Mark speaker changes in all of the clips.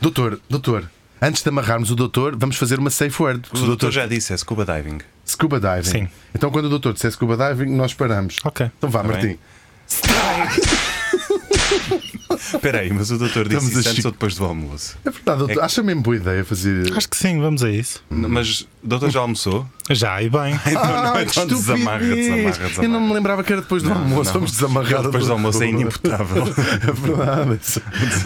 Speaker 1: Doutor, doutor, antes de amarrarmos o doutor, vamos fazer uma safe word.
Speaker 2: O
Speaker 1: Porque se
Speaker 2: doutor, já disse, é scuba diving.
Speaker 1: Scuba diving.
Speaker 3: Sim.
Speaker 1: Então, quando o doutor disser scuba diving, nós paramos.
Speaker 3: Ok.
Speaker 1: Então vá,
Speaker 2: Tá bem.
Speaker 1: Martim.
Speaker 2: Espera aí, mas o doutor disse
Speaker 1: Estamos a
Speaker 2: isso antes
Speaker 1: chi-
Speaker 2: ou depois do almoço?
Speaker 1: É verdade, doutor.
Speaker 2: É que-
Speaker 1: Acha mesmo boa ideia fazer.
Speaker 3: Acho que sim, vamos a isso.
Speaker 1: Hum.
Speaker 2: Mas o doutor já almoçou?
Speaker 3: Já, e bem.
Speaker 1: Ah,
Speaker 2: Então não,
Speaker 1: que
Speaker 2: então desamarra,
Speaker 1: é estupidez!
Speaker 2: desamarra,
Speaker 1: Eu não me
Speaker 2: desamarra.
Speaker 1: lembrava que era depois do almoço.
Speaker 2: não.
Speaker 1: Vamos desamarrar
Speaker 2: Depois do
Speaker 1: doutor.
Speaker 2: almoço é inimputável.
Speaker 1: É verdade.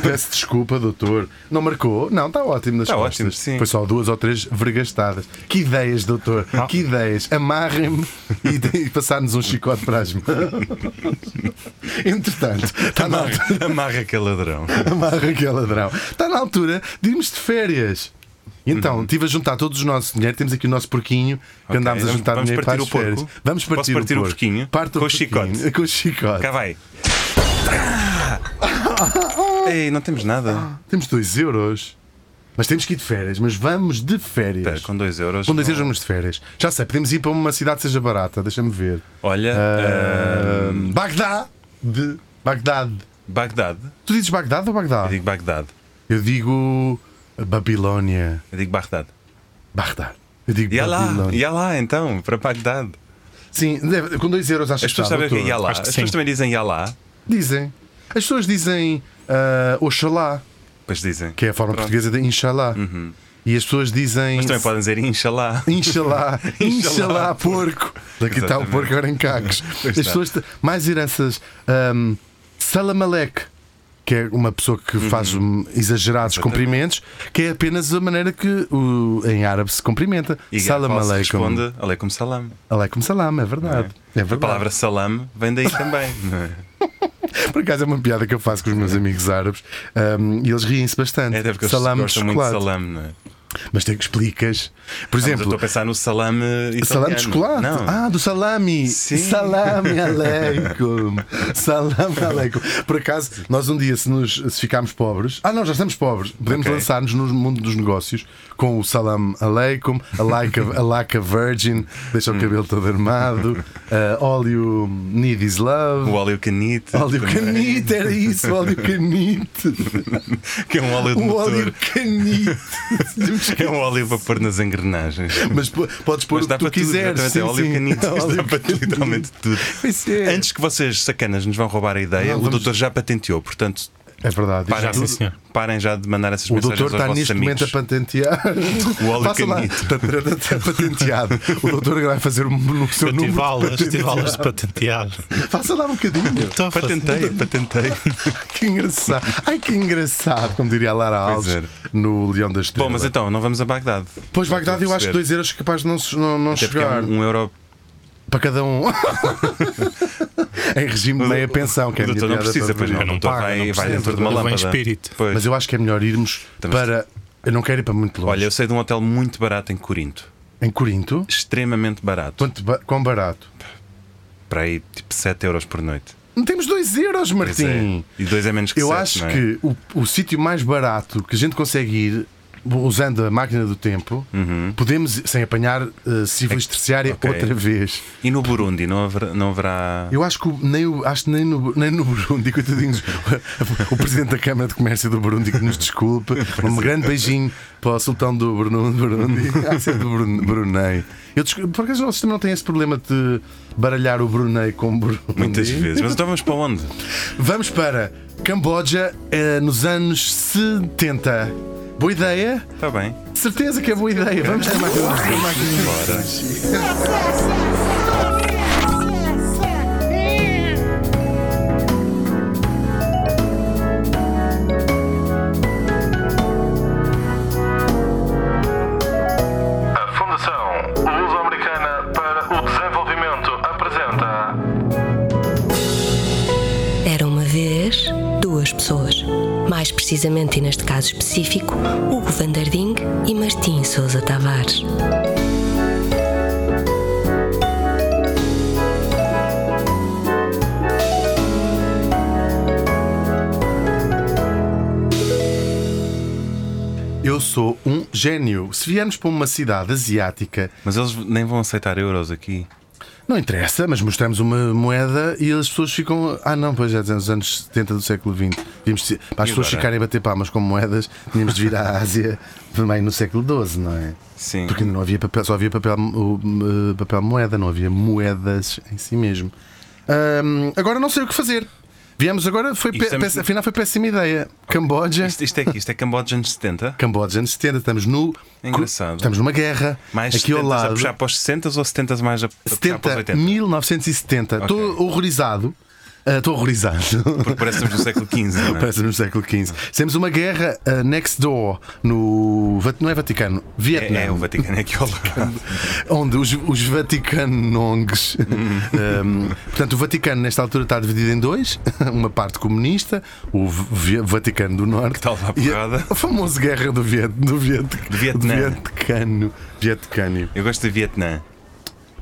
Speaker 1: Peço desculpa, doutor. Não marcou? Não, está ótimo nas
Speaker 2: Está
Speaker 1: costas.
Speaker 2: Tá ótimo, sim.
Speaker 1: Foi só duas ou três vergastadas. Que ideias, doutor.
Speaker 2: Ah.
Speaker 1: Que ideias. Amarrem-me e, e passar-nos um chicote para as mãos. Entretanto, está na altura.
Speaker 2: Amarra, amarra aquele ladrão.
Speaker 1: Amarra aquele ladrão. Está na altura de irmos de férias. Então, estive a juntar todos os nossos dinheiro. Temos aqui o nosso porquinho que
Speaker 2: Uhum. Ok,
Speaker 1: andámos a
Speaker 2: vamos-
Speaker 1: juntar
Speaker 2: vamos
Speaker 1: dinheiro para
Speaker 2: partir
Speaker 1: as
Speaker 2: o porco?
Speaker 1: férias. Vamos
Speaker 2: Posso
Speaker 1: partir,
Speaker 2: partir o
Speaker 1: porco.
Speaker 2: porquinho?
Speaker 1: Parte o
Speaker 2: Com o chicote.
Speaker 1: porquinho. Com o chicote.
Speaker 2: Cá vai.
Speaker 1: Ah.
Speaker 2: Ei, não temos nada.
Speaker 1: Temos 2 euros. Mas temos que ir de férias. Mas vamos de férias.
Speaker 2: Espera, com 2 euros.
Speaker 1: Com 2
Speaker 2: não.
Speaker 1: euros vamos de férias. Já sei, podemos ir para uma cidade que seja barata. Deixa-me ver.
Speaker 2: Olha,
Speaker 1: Ah,
Speaker 2: ah,
Speaker 1: Bagdá. De Bagdade.
Speaker 2: Bagdade.
Speaker 1: Tu dizes Bagdade ou
Speaker 2: Eu
Speaker 1: Bagdá?
Speaker 2: digo Bagdade.
Speaker 1: Eu digo Babilónia.
Speaker 2: Eu digo Bagdade.
Speaker 1: Bagdá. Eu digo
Speaker 2: E é lá,
Speaker 1: Babilónia.
Speaker 2: e lá então, para Bagdade.
Speaker 1: Sim, deve- com 2 euros acho
Speaker 2: As
Speaker 1: que
Speaker 2: pessoas
Speaker 1: está,
Speaker 2: sabem o que é
Speaker 1: doutor.
Speaker 2: Yalá.
Speaker 3: Acho
Speaker 2: As
Speaker 3: que
Speaker 2: pessoas
Speaker 3: sim.
Speaker 2: também dizem Yalá.
Speaker 1: Dizem. As pessoas dizem ah, Oxalá,
Speaker 2: Pois dizem.
Speaker 1: que é a forma
Speaker 2: Pronto. Uhum.
Speaker 1: portuguesa de Inxalá. E as pessoas dizem.
Speaker 2: Mas também podem dizer Inxalá.
Speaker 1: Inxalá, Inxalá,
Speaker 2: Inxalá,
Speaker 1: porco. Daqui está o
Speaker 2: Exatamente.
Speaker 1: porco agora em cacos. As
Speaker 2: está.
Speaker 1: pessoas. te- Mais heranças. ahm, Salamalek, que é uma pessoa que
Speaker 2: Uhum.
Speaker 1: faz hum, exagerados cumprimentos, que é apenas a maneira que o, em árabe se cumprimenta.
Speaker 2: E
Speaker 1: Salam
Speaker 2: Garfal
Speaker 1: aleikum.
Speaker 2: responde Aleikum Salam.
Speaker 1: Aleikum salam, é verdade. É
Speaker 2: A
Speaker 1: verdade.
Speaker 2: palavra salam vem daí também. não é?
Speaker 1: Por acaso é uma piada que eu faço com os meus amigos árabes ahm, e eles riem-se bastante.
Speaker 2: É até porque eles
Speaker 1: Salame de
Speaker 2: gostam muito de
Speaker 1: chocolate.
Speaker 2: salam, não é?
Speaker 1: Mas tem que explicas. Por
Speaker 2: Mas eu estou
Speaker 1: exemplo,
Speaker 2: a pensar no salame italiano.
Speaker 1: salame de chocolate.
Speaker 2: Não.
Speaker 1: Ah, do salame.
Speaker 2: Sim.
Speaker 1: Salame aleikum. Salame aleikum. Por acaso, nós um dia, se, nos, se ficarmos pobres. Ah, não, já estamos pobres. Podemos
Speaker 2: Ok.
Speaker 1: lançar-nos no mundo dos negócios com o salame aleikum, a like a, a like a virgin, deixa
Speaker 2: Hum.
Speaker 1: o cabelo todo armado, uh, all you need is love.
Speaker 2: O óleo canite.
Speaker 1: Óleo
Speaker 2: também.
Speaker 1: canite, era isso, óleo canite.
Speaker 2: Que é um óleo de
Speaker 1: O
Speaker 2: motor.
Speaker 1: óleo canite.
Speaker 2: Que é um óleo para pôr nas engrenagens.
Speaker 1: Mas po- podes pôr
Speaker 2: Mas
Speaker 1: o que
Speaker 2: dá
Speaker 1: tu
Speaker 2: para tudo,
Speaker 1: quiseres.
Speaker 2: exatamente. é
Speaker 1: sim,
Speaker 2: óleo
Speaker 1: sim.
Speaker 2: canite.
Speaker 1: Óleo
Speaker 2: Dá para
Speaker 1: canite.
Speaker 2: literalmente tudo.
Speaker 1: Pois é.
Speaker 2: Antes que vocês, sacanas, nos vão roubar a ideia,
Speaker 1: Não,
Speaker 2: o
Speaker 1: vamos-
Speaker 2: doutor já patenteou, portanto,
Speaker 1: É verdade.
Speaker 2: parem,
Speaker 3: sim, senhor.
Speaker 2: parem já de mandar essas
Speaker 1: O
Speaker 2: mensagens
Speaker 1: doutor
Speaker 2: aos
Speaker 1: está
Speaker 2: vossos
Speaker 1: neste
Speaker 2: amigos.
Speaker 1: momento a patentear.
Speaker 2: O óleo
Speaker 1: Passa lá.
Speaker 2: canite.
Speaker 1: Está patenteado. O doutor agora vai fazer um- o seu
Speaker 3: Eu tive
Speaker 1: número.
Speaker 3: aulas, tive aulas de patentear.
Speaker 1: Faça lá um bocadinho.
Speaker 3: Estou a fazer-
Speaker 2: Patentei, patentei.
Speaker 1: Que engraçado. Ai, que engraçado, como diria a Lara Alves
Speaker 2: Pois
Speaker 1: no Leão da
Speaker 2: Bom,
Speaker 1: Estrela.
Speaker 2: mas então, não vamos a Bagdade.
Speaker 1: Pois, Bagdade, eu acho que 2 euros é capaz de não, se- não, não
Speaker 2: Até porque é
Speaker 1: chegar.
Speaker 2: um, um euro.
Speaker 1: Para cada um. em regime de meia pensão, que é a
Speaker 2: o
Speaker 1: minha
Speaker 2: doutor não
Speaker 1: piada
Speaker 2: precisa,
Speaker 1: toda.
Speaker 2: pois não.
Speaker 3: Eu
Speaker 2: O
Speaker 3: não
Speaker 2: doutor
Speaker 3: pago,
Speaker 2: vai,
Speaker 3: não
Speaker 2: vai
Speaker 3: preciso,
Speaker 2: dentro de uma
Speaker 3: eu vou em
Speaker 2: lâmpada.
Speaker 3: espírito.
Speaker 2: Pois.
Speaker 1: Mas eu acho que é melhor irmos
Speaker 2: Estamos-
Speaker 1: para. Eu não quero ir para muito longe.
Speaker 2: Olha, eu sei de um hotel muito barato em Corinto.
Speaker 1: Em Corinto?
Speaker 2: Extremamente barato.
Speaker 1: Quanto ba- quão barato?
Speaker 2: Para aí, tipo 7 euros por noite.
Speaker 1: Não temos 2 euros,
Speaker 2: Pois é.
Speaker 1: Martim.
Speaker 2: E dois é menos que
Speaker 1: Eu
Speaker 2: sete,
Speaker 1: acho
Speaker 2: não é?
Speaker 1: que o, o sítio mais barato que a gente consegue ir usando a máquina do tempo, podemos, sem apanhar eh, sífilis terciária
Speaker 2: Uhum. É ok.
Speaker 1: outra vez.
Speaker 2: E no Burundi não haverá. Não haverá...
Speaker 1: Eu acho que o- nem, o- acho que nem, no, nem no Burundi, coitadinhos, o presidente da Câmara de Comércio do Burundi que nos desculpe. Um grande beijinho para o sultão do Brunu- Burundi, Ah, sim, do Brun- Brunei. Eu desculpe, por acaso o sistema não tem esse problema de baralhar o Brunei com o Burundi?
Speaker 2: Muitas vezes. Mas então vamos para onde?
Speaker 1: Vamos para Camboja eh, nos anos 70. Boa ideia?
Speaker 2: Está Tá bem.
Speaker 1: De certeza que é boa ideia. Vamos para a máquina. para a máquina.
Speaker 2: Bora.
Speaker 4: A Fundação Luso-Americana para o Desenvolvimento apresenta
Speaker 5: Era uma vez duas pessoas. Mais precisamente, e neste caso específico, Hugo Vanderding e Martim Sousa Tavares.
Speaker 1: Eu sou um gênio. Se viermos para uma cidade asiática,
Speaker 2: Mas eles nem vão aceitar euros aqui.
Speaker 1: Não interessa, mas mostramos uma moeda e as pessoas ficam. Ah, não, pois já nos anos 70 do século XX. Devíamos ter- Para as
Speaker 2: E
Speaker 1: pessoas
Speaker 2: agora?
Speaker 1: ficarem a bater palmas com moedas, tínhamos de vir à Ásia também no século XII, não é?
Speaker 2: Sim.
Speaker 1: Porque não havia papel, só havia papel, o, eh, papel moeda, não havia moedas em si mesmo. Ahm, agora não sei o que fazer. Viemos agora, foi
Speaker 2: E
Speaker 1: pe-
Speaker 2: estamos-
Speaker 1: péssima- afinal foi péssima ideia. Camboja.
Speaker 2: Isto, isto é aqui, isto é Camboja anos 70?
Speaker 1: Camboja anos 70, estamos no.
Speaker 2: Engraçado.
Speaker 1: Estamos numa guerra.
Speaker 2: Mais
Speaker 1: aqui ao
Speaker 2: 70s a
Speaker 1: lado.
Speaker 2: puxar para os 60 ou 70 mais a, a puxar para os
Speaker 1: 70,
Speaker 2: 80?
Speaker 1: 1970. Estou
Speaker 2: Ok.
Speaker 1: horrorizado. Ah, Estou horrorizado.
Speaker 2: Porque parece que estamos no século XV, não é?
Speaker 1: Parece no século XV. Temos uma guerra ah, next door no. Vat- Não é Vaticano, Vietnã.
Speaker 2: É, é, o Vaticano é aqui ao lado.
Speaker 1: Onde os, os Vaticanongs. ehm,
Speaker 2: Uhum.
Speaker 1: portanto, o Vaticano, nesta altura, está dividido em dois: uma parte comunista, o V- Vaticano do Norte.
Speaker 2: está lá à
Speaker 1: e é
Speaker 2: porrada.
Speaker 1: A, a famosa guerra do, Viet, do, Viet,
Speaker 2: Vietnã.
Speaker 1: Vietcano. Vietcânio.
Speaker 2: Eu gosto de Vietnã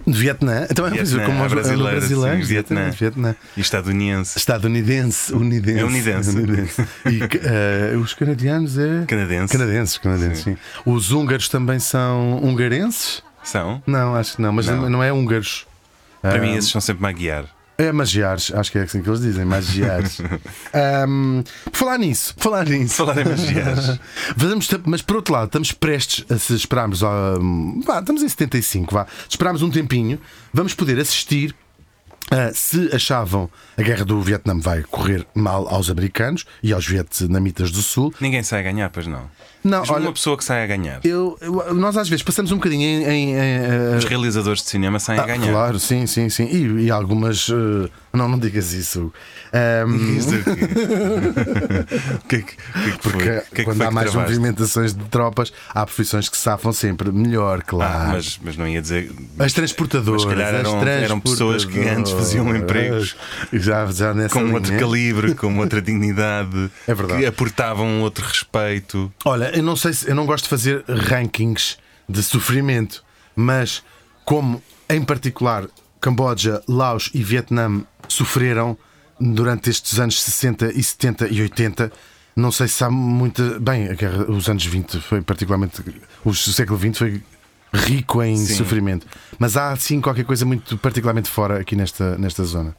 Speaker 1: De Vietnã? Então é uma coisa
Speaker 2: Vietnã,
Speaker 1: como
Speaker 2: a
Speaker 1: os
Speaker 2: brasileira,
Speaker 1: brasileiros.
Speaker 2: sim, assim, Vietnã.
Speaker 1: exatamente, Vietnã.
Speaker 2: e estadunidense,
Speaker 1: Estadunidense, unidense.
Speaker 2: É unidense.
Speaker 1: E que, eh, os canadianos é.
Speaker 2: canadense.
Speaker 1: Canadenses, canadenses, sim. Os húngaros também são hungarenses?
Speaker 2: São?
Speaker 1: Não, acho que não, mas não,
Speaker 2: Não.
Speaker 1: é húngaros.
Speaker 2: Para
Speaker 1: Ah.
Speaker 2: mim, esses são sempre maguiar.
Speaker 1: É magiares, acho que é assim que eles dizem, magiares. Ahm, por falar nisso, por falar nisso.
Speaker 2: Falar em magiares.
Speaker 1: Vamos, mas por outro lado, estamos prestes a se esperarmos. hum, vá, estamos em 75, vá. Esperarmos um tempinho, vamos poder assistir. ah, se achavam a guerra do Vietnã vai correr mal aos americanos e aos vietnamitas do Sul,
Speaker 2: Ninguém sai a ganhar, pois não.
Speaker 1: não,
Speaker 2: Mas
Speaker 1: olha,
Speaker 2: uma pessoa que sai a ganhar.
Speaker 1: eu, eu- nós às vezes passamos um bocadinho em. em- em, ah,
Speaker 2: Os realizadores de cinema saem a
Speaker 1: ah,
Speaker 2: ganhar.
Speaker 1: Claro, sim, sim, sim. E, e algumas. eh, não, não digas isso. Ahm,
Speaker 2: Isto aqui. é O que é que, o que é que foi?
Speaker 1: porque
Speaker 2: O que é que
Speaker 1: quando
Speaker 2: foi
Speaker 1: há
Speaker 2: que
Speaker 1: mais
Speaker 2: travaste?
Speaker 1: movimentações de tropas, há profissões que safam sempre melhor,
Speaker 2: Ah,
Speaker 1: claro.
Speaker 2: mas, mas não ia dizer.
Speaker 1: As transportadoras.
Speaker 2: Mas se calhar
Speaker 1: as
Speaker 2: eram- eram pessoas que antes faziam
Speaker 1: transportadoras. Já, já nessa
Speaker 2: Com
Speaker 1: linha.
Speaker 2: outro calibre, com outra dignidade,
Speaker 1: É verdade.
Speaker 2: que aportavam um outro respeito.
Speaker 1: Olha, eu não sei se eu não gosto de fazer rankings de sofrimento, mas como em particular Camboja, Laos e Vietnã sofreram durante estes anos 60 e 70 e 80, não sei se há muita. Bem, a guerra, os anos 20 foi particularmente. Os, o século XX foi rico em
Speaker 2: Sim.
Speaker 1: sofrimento. Mas há sim qualquer coisa muito particularmente fora aqui nesta, nesta zona.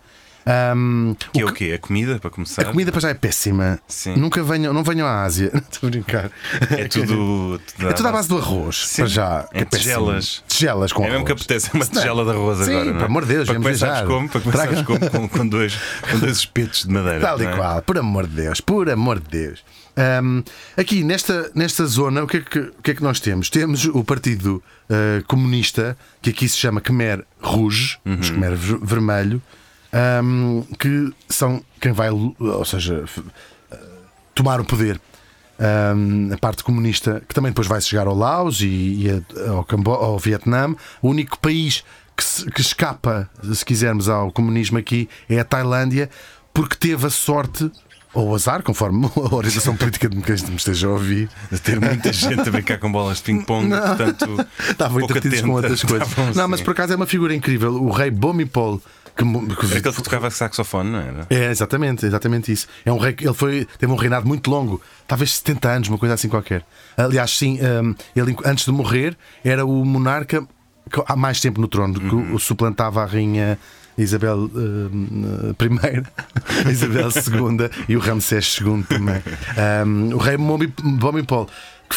Speaker 1: Ahm,
Speaker 2: Que é o quê? A comida, para começar?
Speaker 1: a comida para já é péssima.
Speaker 2: Sim.
Speaker 1: Nunca venham, não venham à Ásia. Estou a brincar.
Speaker 2: É tudo.
Speaker 1: É tudo à base do arroz,
Speaker 2: Sim.
Speaker 1: para já.
Speaker 2: É
Speaker 1: que péssimo.
Speaker 2: tigelas.
Speaker 1: Tigelas com
Speaker 2: É mesmo que
Speaker 1: arroz.
Speaker 2: apetece uma tigela de arroz
Speaker 1: Sim,
Speaker 2: agora. não é?
Speaker 1: pelo amor de Deus,
Speaker 2: para
Speaker 1: vamos
Speaker 2: começares
Speaker 1: viajar.
Speaker 2: como? Para começares como? Com, com dois, com dois espetos de madeira.
Speaker 1: Tal
Speaker 2: não
Speaker 1: e
Speaker 2: é?
Speaker 1: qual, por amor de Deus, por amor de Deus. Ahm, aqui nesta, nesta zona, o que, é que, o que é que nós temos? Temos o Partido ah, Comunista, que aqui se chama Khmer Rouge, os
Speaker 2: Uhum.
Speaker 1: Khmer ver- Vermelho, ahm, que são quem vai, lu- ou seja, f- ah, tomar o poder. Ahm, a parte comunista, que também depois vai chegar ao Laos e, e a- ao, Cambo ao Vietnã. O único país que, se- que escapa, se quisermos, ao comunismo aqui é a Tailândia, porque teve a sorte, ou o azar, conforme a orientação política de quem me esteja a ouvir,
Speaker 2: De ter muita gente a brincar com bolas de ping-pong, portanto.
Speaker 1: estavam
Speaker 2: pouco
Speaker 1: entretidos com
Speaker 2: atenta.
Speaker 1: outras coisas.
Speaker 2: Estavam
Speaker 1: Não,
Speaker 2: assim.
Speaker 1: mas por acaso é uma figura incrível. O rei Bomipol, que, mo- que
Speaker 2: Aquele que tocava saxofone, não era?
Speaker 1: É, exatamente, exatamente isso. É um rei, que- ele foi, teve um reinado muito longo, talvez 70 anos, uma coisa assim qualquer. Aliás, sim, hum, ele antes de morrer era o monarca que há mais tempo no trono, que o suplantava a rainha Isabel hum, I, Isabel II e o Ramsés II também. Hum, o rei Momi- Bomipol,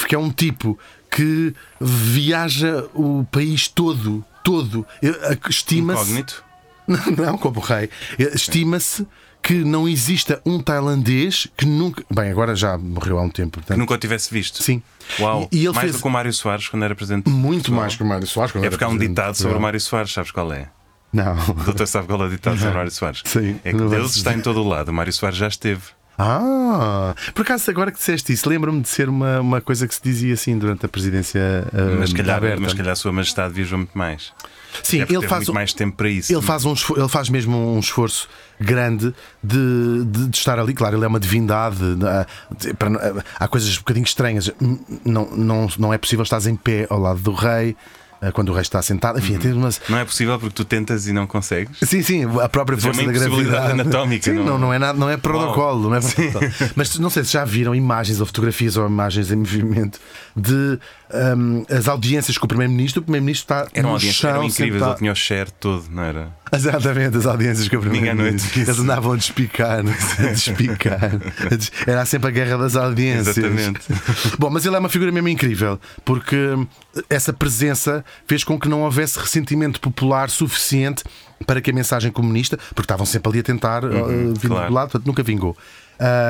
Speaker 1: que é um tipo que viaja o país todo, todo, Eu- estima-se.
Speaker 2: Incógnito.
Speaker 1: Não, como rei. Eh, Estima-se que não exista um tailandês que nunca. Bem, agora já morreu há um tempo,
Speaker 2: Que
Speaker 1: portanto.
Speaker 2: nunca o tivesse visto.
Speaker 1: Sim.
Speaker 2: Uau.
Speaker 1: E- e ele
Speaker 2: mais
Speaker 1: fez-
Speaker 2: do que o Mário Soares quando era presidente. de
Speaker 1: Muito
Speaker 2: Portugal.
Speaker 1: mais que o Mário Soares. quando
Speaker 2: É
Speaker 1: era
Speaker 2: porque há um
Speaker 1: presidente de
Speaker 2: ditado sobre o
Speaker 1: Portugal.
Speaker 2: Mário Soares, sabes qual é? O
Speaker 1: Não.
Speaker 2: doutor sabe qual é o ditado sobre o Mário Soares.
Speaker 1: Sim,
Speaker 2: É que
Speaker 1: não vai
Speaker 2: Deus está em todo o lado. O Mário Soares já esteve.
Speaker 1: Ah! Por acaso, agora que disseste isso, lembro-me de ser uma, uma coisa que se dizia assim durante a presidência ah,
Speaker 2: Mas se calhar,
Speaker 1: aberta.
Speaker 2: mas se calhar a Sua Majestade viajou muito mais.
Speaker 1: Sim,
Speaker 2: Deve
Speaker 1: ele
Speaker 2: ter
Speaker 1: faz.
Speaker 2: muito mais tempo para isso.
Speaker 1: Ele faz, um, esfor- ele faz mesmo um esforço grande de, de- de estar ali. Claro, ele é uma divindade. né? Para- há coisas um bocadinho estranhas. Não, não, não é possível estar em pé ao lado do rei. eh, quando o resto está sentado. Enfim, tens uma.
Speaker 2: Não é possível porque tu tentas e não consegues.
Speaker 1: Sim, sim, a própria
Speaker 2: Mas é
Speaker 1: força
Speaker 2: uma
Speaker 1: da gravidade.
Speaker 2: impossibilidade anatómica,
Speaker 1: sim,
Speaker 2: não-
Speaker 1: não, não é nada, não é protocolo, não é
Speaker 2: Sim.
Speaker 1: protocolo. Mas não sei se já viram imagens ou fotografias ou imagens em movimento de hum, as audiências com o primeiro-ministro. O primeiro-ministro está
Speaker 2: Eram
Speaker 1: no
Speaker 2: audiências,
Speaker 1: um chão
Speaker 2: eram incríveis,
Speaker 1: sentado. É
Speaker 2: ele tinha o share todo, não era?
Speaker 1: Exatamente, as audiências que eu
Speaker 2: Domingo à noite.
Speaker 1: Eles andavam a despicar, é? a despicar. a des- Era sempre a guerra das audiências.
Speaker 2: Exatamente.
Speaker 1: Bom, mas ele é uma figura mesmo incrível, porque hum, essa presença fez com que não houvesse ressentimento popular suficiente para que a mensagem comunista, porque estavam sempre ali a tentar uh, vir
Speaker 2: Uhum, claro.
Speaker 1: do lado, portanto nunca vingou.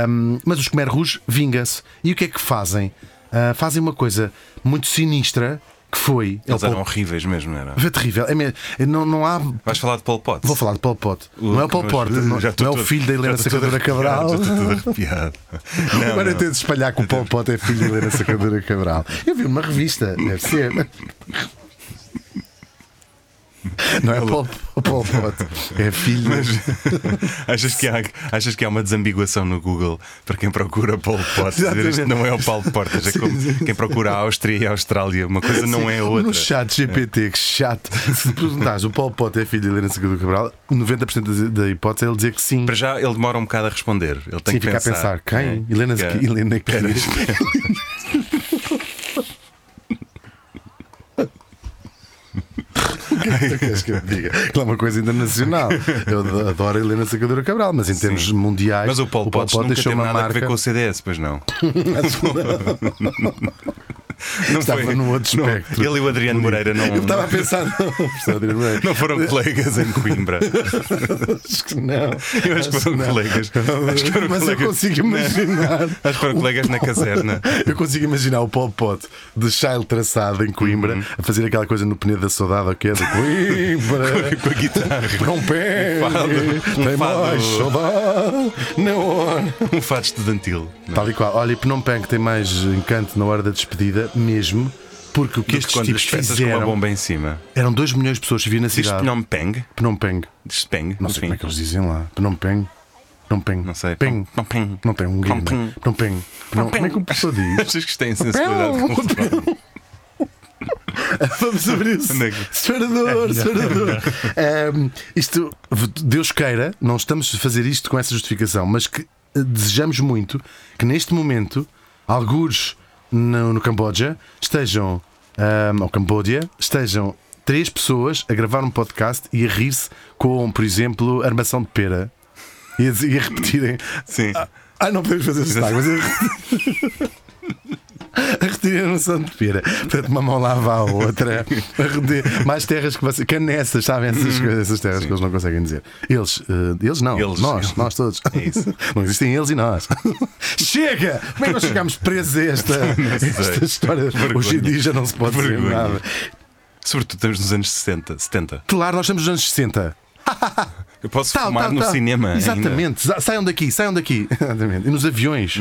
Speaker 1: Hum, mas os Khmer Rouge vingam-se. E o que é que fazem? Ah, fazem uma coisa muito sinistra que foi.
Speaker 2: Eles
Speaker 1: Ele-
Speaker 2: eram horríveis mesmo, não era?
Speaker 1: Foi terrível. É mesmo- não, não há
Speaker 2: Vais falar de Pol Pot?
Speaker 1: Vou falar de Pol Pot.
Speaker 2: O-
Speaker 1: não é o Pol
Speaker 2: mas-
Speaker 1: Pot, não,
Speaker 2: já estou
Speaker 1: não é o
Speaker 2: todo-
Speaker 1: filho da Helena
Speaker 2: já estou todo
Speaker 1: Sacadura
Speaker 2: arrepiado,
Speaker 1: Cabral.
Speaker 2: já Estou todo arrepiado. Não,
Speaker 1: Agora
Speaker 2: não.
Speaker 1: eu tento espalhar que o Pol Pot é filho da Helena Sacadura Cabral. Eu vi numa revista, deve ser. Não é Pol, Pol Pot, é filho.
Speaker 2: Achas que, há, achas que há uma desambiguação no Google para quem procura Pol Pot? Dizer,
Speaker 1: Exatamente.
Speaker 2: isto não é o Paulo Portas, é como quem procura a Áustria e a Austrália, uma coisa não é a outra.
Speaker 1: No chat GPT, que chato. Se perguntares o Pol Pot é filho da Helena Sacadura Cabral, 90% das- da hipótese é ele dizer que sim.
Speaker 2: Para já ele demora um bocado a responder. Ele tem
Speaker 1: Sim,
Speaker 2: que
Speaker 1: fica
Speaker 2: né?
Speaker 1: a pensar. Quem? Helena,
Speaker 2: Que-
Speaker 1: Helena Pérez. Queres que eu diga? Que é uma coisa internacional. Eu ad- adoro a Helena Sacadura Cabral, mas em termos mundiais,
Speaker 2: Mas o Paulo Potts nunca
Speaker 1: deixou
Speaker 2: teve
Speaker 1: uma
Speaker 2: nada a ver
Speaker 1: marca.
Speaker 2: com o CDS, pois não. não
Speaker 1: Estava
Speaker 2: foi-
Speaker 1: no outro
Speaker 2: não,
Speaker 1: espectro.
Speaker 2: Ele e o Adriano Moreira não,
Speaker 1: Eu estava a pensar, não, professor Adriano Moreira.
Speaker 2: né? não foram colegas em Coimbra.
Speaker 1: acho que não.
Speaker 2: Eu acho que foram colegas. Acho que foram
Speaker 1: Mas eu
Speaker 2: colegas. Né?
Speaker 1: consigo imaginar.
Speaker 2: Acho que foram colegas na caserna.
Speaker 1: Eu consigo imaginar o Pol Pot de Child traçado em Coimbra
Speaker 2: Uhum.
Speaker 1: a fazer aquela coisa no Penedo da Saudade, ou que é de Coimbra.
Speaker 2: Com a guitarra.
Speaker 1: Não perde,
Speaker 2: fado. Um
Speaker 1: tem
Speaker 2: fado.
Speaker 1: mais saudade na hora.
Speaker 2: Um fado estudantil.
Speaker 1: Tal e qual. Olha, e Phnom Penh tem mais encanto na hora da despedida, mesmo, porque o que
Speaker 2: Diz que
Speaker 1: estes
Speaker 2: quando
Speaker 1: tipos
Speaker 2: lhes peças com uma
Speaker 1: fizeram.
Speaker 2: bomba em cima.
Speaker 1: Eram 2 milhões de pessoas que viviam na
Speaker 2: Diz
Speaker 1: cidade.
Speaker 2: Phnom Peng?
Speaker 1: Phnom Penh.
Speaker 2: Diz Peng?
Speaker 1: Não sei como é que eles dizem lá. Phnom Penh. Phnom Penh.
Speaker 2: Não sei.
Speaker 1: Penh.
Speaker 2: Phnom Penh.
Speaker 1: Não tem um
Speaker 2: Phnom
Speaker 1: grito. né?
Speaker 2: Penh.
Speaker 1: Phnom Penh. Phnom- Como é que uma pessoa diz?
Speaker 2: Achas que têm sensibilidade
Speaker 1: Phnom
Speaker 2: com o Phnom?
Speaker 1: Vamos abrir isso.
Speaker 2: Onde é que-
Speaker 1: Senador, senador. Ahm, isto, Deus queira, não estamos a fazer isto com essa justificação, mas que eh, desejamos muito que neste momento, alguns no, no Camboja estejam, ahm, ou Cambódia, estejam três pessoas a gravar um podcast e a rir-se com, por exemplo, armação de pera. E a, dizer- e a repetirem.
Speaker 2: Sim.
Speaker 1: Ah, não podemos fazer sotaque, mas a, a retirem a noção de pera. Portanto, uma mão lava a outra. A reter- Mais terras que vocês. Canessas, sabem essas coisas, essas terras que eles não conseguem dizer. Eles, eh, eles não.
Speaker 2: Uhum. Eles.
Speaker 1: nós, nós todos.
Speaker 2: É isso.
Speaker 1: Não existem eles e nós. Chega! Como é que nós chegámos presos a esta, esta história?
Speaker 2: Vergonha.
Speaker 1: Hoje em dia já não se pode dizer
Speaker 2: Vergonha.
Speaker 1: nada.
Speaker 2: Sobretudo estamos nos anos 60, 70.
Speaker 1: Claro, nós estamos nos anos 60.
Speaker 2: Eu posso
Speaker 1: Tal,
Speaker 2: fumar
Speaker 1: tal,
Speaker 2: no
Speaker 1: tal.
Speaker 2: cinema. Ainda. Uhum.
Speaker 1: Exatamente. Sa- Saiam daqui, saiam daqui. Exatamente. E nos aviões.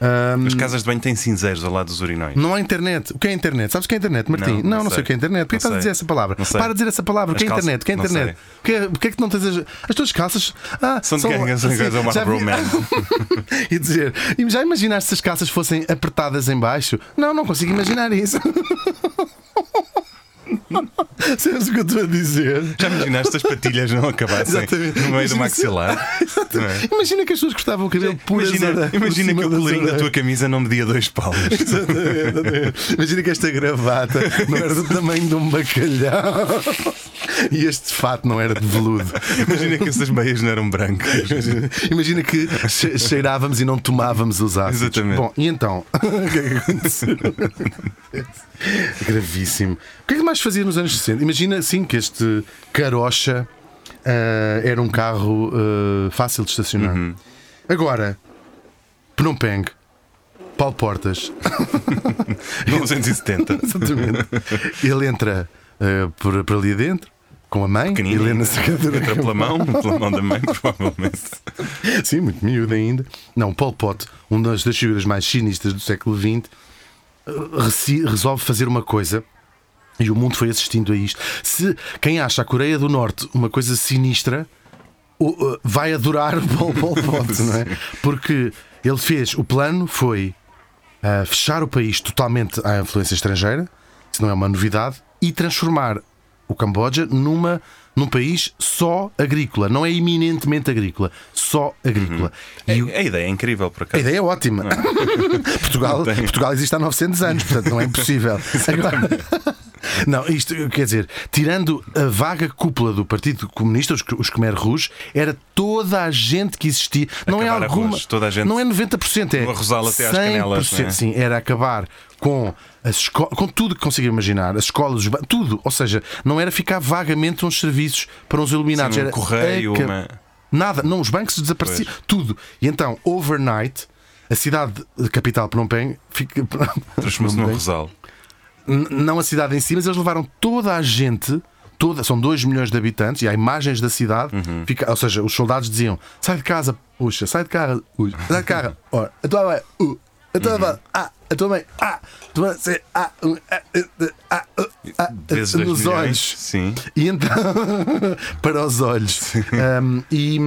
Speaker 1: Ahm,
Speaker 2: As casas de banho têm cinzeiros ao lado dos urinóis.
Speaker 1: Não há internet. O que é internet? Sabes o que é internet, Martim? Não,
Speaker 2: Não,
Speaker 1: não,
Speaker 2: não
Speaker 1: sei.
Speaker 2: sei
Speaker 1: o que é internet. Por que
Speaker 2: Não
Speaker 1: estás a
Speaker 2: sei.
Speaker 1: dizer essa palavra?
Speaker 2: Não sei.
Speaker 1: Para de dizer essa palavra. O que é
Speaker 2: As calças-
Speaker 1: internet? O que é
Speaker 2: não
Speaker 1: internet? O que é, porque é que não tens as, as tuas calças? Ah,
Speaker 2: São de gangue, são de gangue, é uma
Speaker 1: já vi-
Speaker 2: Bro Man.
Speaker 1: e dizer, "E já imaginaste se as calças fossem apertadas em baixo? Não, não consigo imaginar isso. Sabes o que eu estou a dizer?
Speaker 2: Já imaginaste as patilhas não acabassem
Speaker 1: Exatamente.
Speaker 2: no meio do
Speaker 1: Imagina-
Speaker 2: maxilar? Não é?
Speaker 1: Imagina que as pessoas cortavam o cabelo por
Speaker 2: Imagina, imagina que o colarinho da tua camisa não media dois paus.
Speaker 1: Exatamente, exatamente. Imagina que esta gravata não era do tamanho de um bacalhau e este fato não era de veludo.
Speaker 2: Imagina que essas meias não eram brancas.
Speaker 1: Imagina que che- cheirávamos e não tomávamos os ácidos.
Speaker 2: Exatamente.
Speaker 1: Bom, e então? o que é que aconteceu? Gravíssimo. O que é que mais fazia nos anos 60? Imagina assim que este carocha ah, era um carro ah, fácil de estacionar. Agora, Phnom Penh, Paulo Portas,
Speaker 2: 1970.
Speaker 1: Exatamente. Ele entra eh, por, por ali dentro. Com a mãe,
Speaker 2: Pequenino.
Speaker 1: Helena Secadora.
Speaker 2: Entra pela mão, pela mão da mãe, provavelmente.
Speaker 1: Sim, muito miúda ainda. Não, Pol Pot, um das, das figuras mais sinistras do século XX, eh, reci- resolve fazer uma coisa e o mundo foi assistindo a isto. Se quem acha a Coreia do Norte uma coisa sinistra, o- eh, vai adorar o Pol Pol Pot, não é? Porque ele fez, o plano foi ah, fechar o país totalmente à influência estrangeira, isso não é uma novidade. e transformar o Camboja numa, num país só agrícola. Não é eminentemente agrícola, só agrícola. E o-
Speaker 2: A ideia é incrível, por
Speaker 1: a
Speaker 2: acaso.
Speaker 1: ideia é ótima. Portugal,
Speaker 2: Não tem.
Speaker 1: Portugal existe há 900 anos, portanto não é impossível. Agora- Não, isto quer dizer, tirando a vaga cúpula do Partido Comunista, os, os Khmer Rouge, era toda a gente que existia. Não é
Speaker 2: Acabar
Speaker 1: alguma.
Speaker 2: arroz, toda a gente
Speaker 1: não é 90%, é.
Speaker 2: do arrozal até às canelas,
Speaker 1: 100%,
Speaker 2: não é?
Speaker 1: Sim, era acabar com. As esco- com tudo que consigo imaginar, as escolas, os ba- tudo, ou seja, não era ficar vagamente uns serviços para uns iluminados,
Speaker 2: Sim, um
Speaker 1: era
Speaker 2: correio,
Speaker 1: aca-
Speaker 2: uma-
Speaker 1: Nada, não, os bancos desapareciam, tudo. E então, overnight, a cidade de capital Phnom Penh fica.
Speaker 2: Transformou-se num
Speaker 1: Phnom Penh.
Speaker 2: rosal.
Speaker 1: N- Não a cidade em si, mas eles levaram toda a gente, toda, são 2 milhões de habitantes, e há imagens da cidade, fica- ou seja, os soldados diziam: sai de casa, puxa, sai de casa, puxa, sai de casa, ora, a tua mãe, uh, a tua mãe, ah, a tua mãe, ah, a tua mãe, sei, ah, uh, ah, uh, uh, ah, uh, ah,
Speaker 2: Vezes dois um.
Speaker 1: nos
Speaker 2: milhões.
Speaker 1: olhos.
Speaker 2: Sim.
Speaker 1: E então, para os olhos. Um, e,